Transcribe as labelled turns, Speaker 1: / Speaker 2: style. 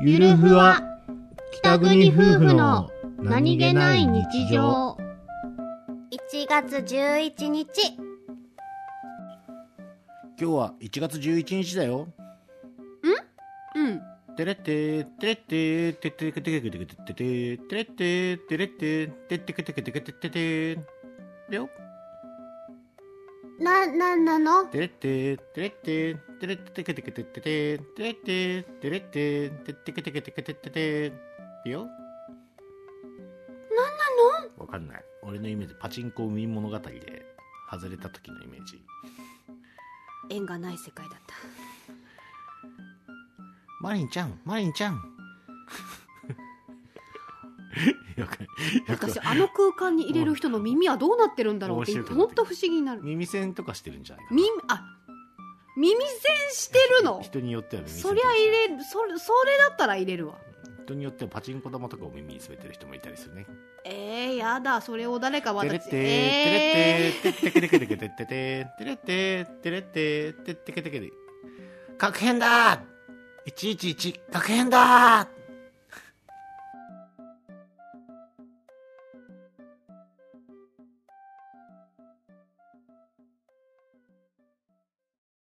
Speaker 1: ゆるふわ北国夫婦の
Speaker 2: 1月11日
Speaker 1: 今日は1月11日だよ
Speaker 2: うん
Speaker 1: てれってーてれってーてってけてけてけてけてけてれってーてれってーてってけてけてけてけてだよ
Speaker 2: な、なんなの
Speaker 1: てれってーてれってーてれってけてけてけてけてれってーてれってーてってけてけてけてけてだよなんなのわかんない俺のイメージパチンコ海物語で外れた時のイメージ
Speaker 2: 縁がない世界だった
Speaker 1: マリンちゃん、マリン ちゃん。よく、よく
Speaker 2: 私、あの空間に入れる人の耳はどうなってるんだろうって
Speaker 1: 面白い
Speaker 2: 本当不思議になる
Speaker 1: 耳栓とかしてるんじゃないかな。
Speaker 2: 耳あ耳栓してるの
Speaker 1: 人によっては耳栓
Speaker 2: そりゃ入れるそれそれだったら入れるわ
Speaker 1: 人によってはパチンコ玉とかを耳に詰めてる人もいたりするね。
Speaker 2: えー、やだそれを誰か
Speaker 1: てれ
Speaker 2: 私
Speaker 1: って、
Speaker 2: え
Speaker 1: てれって、てれって、てれって、てれって、てれって、てれって、てってけてけて。核変だ !111、核変だ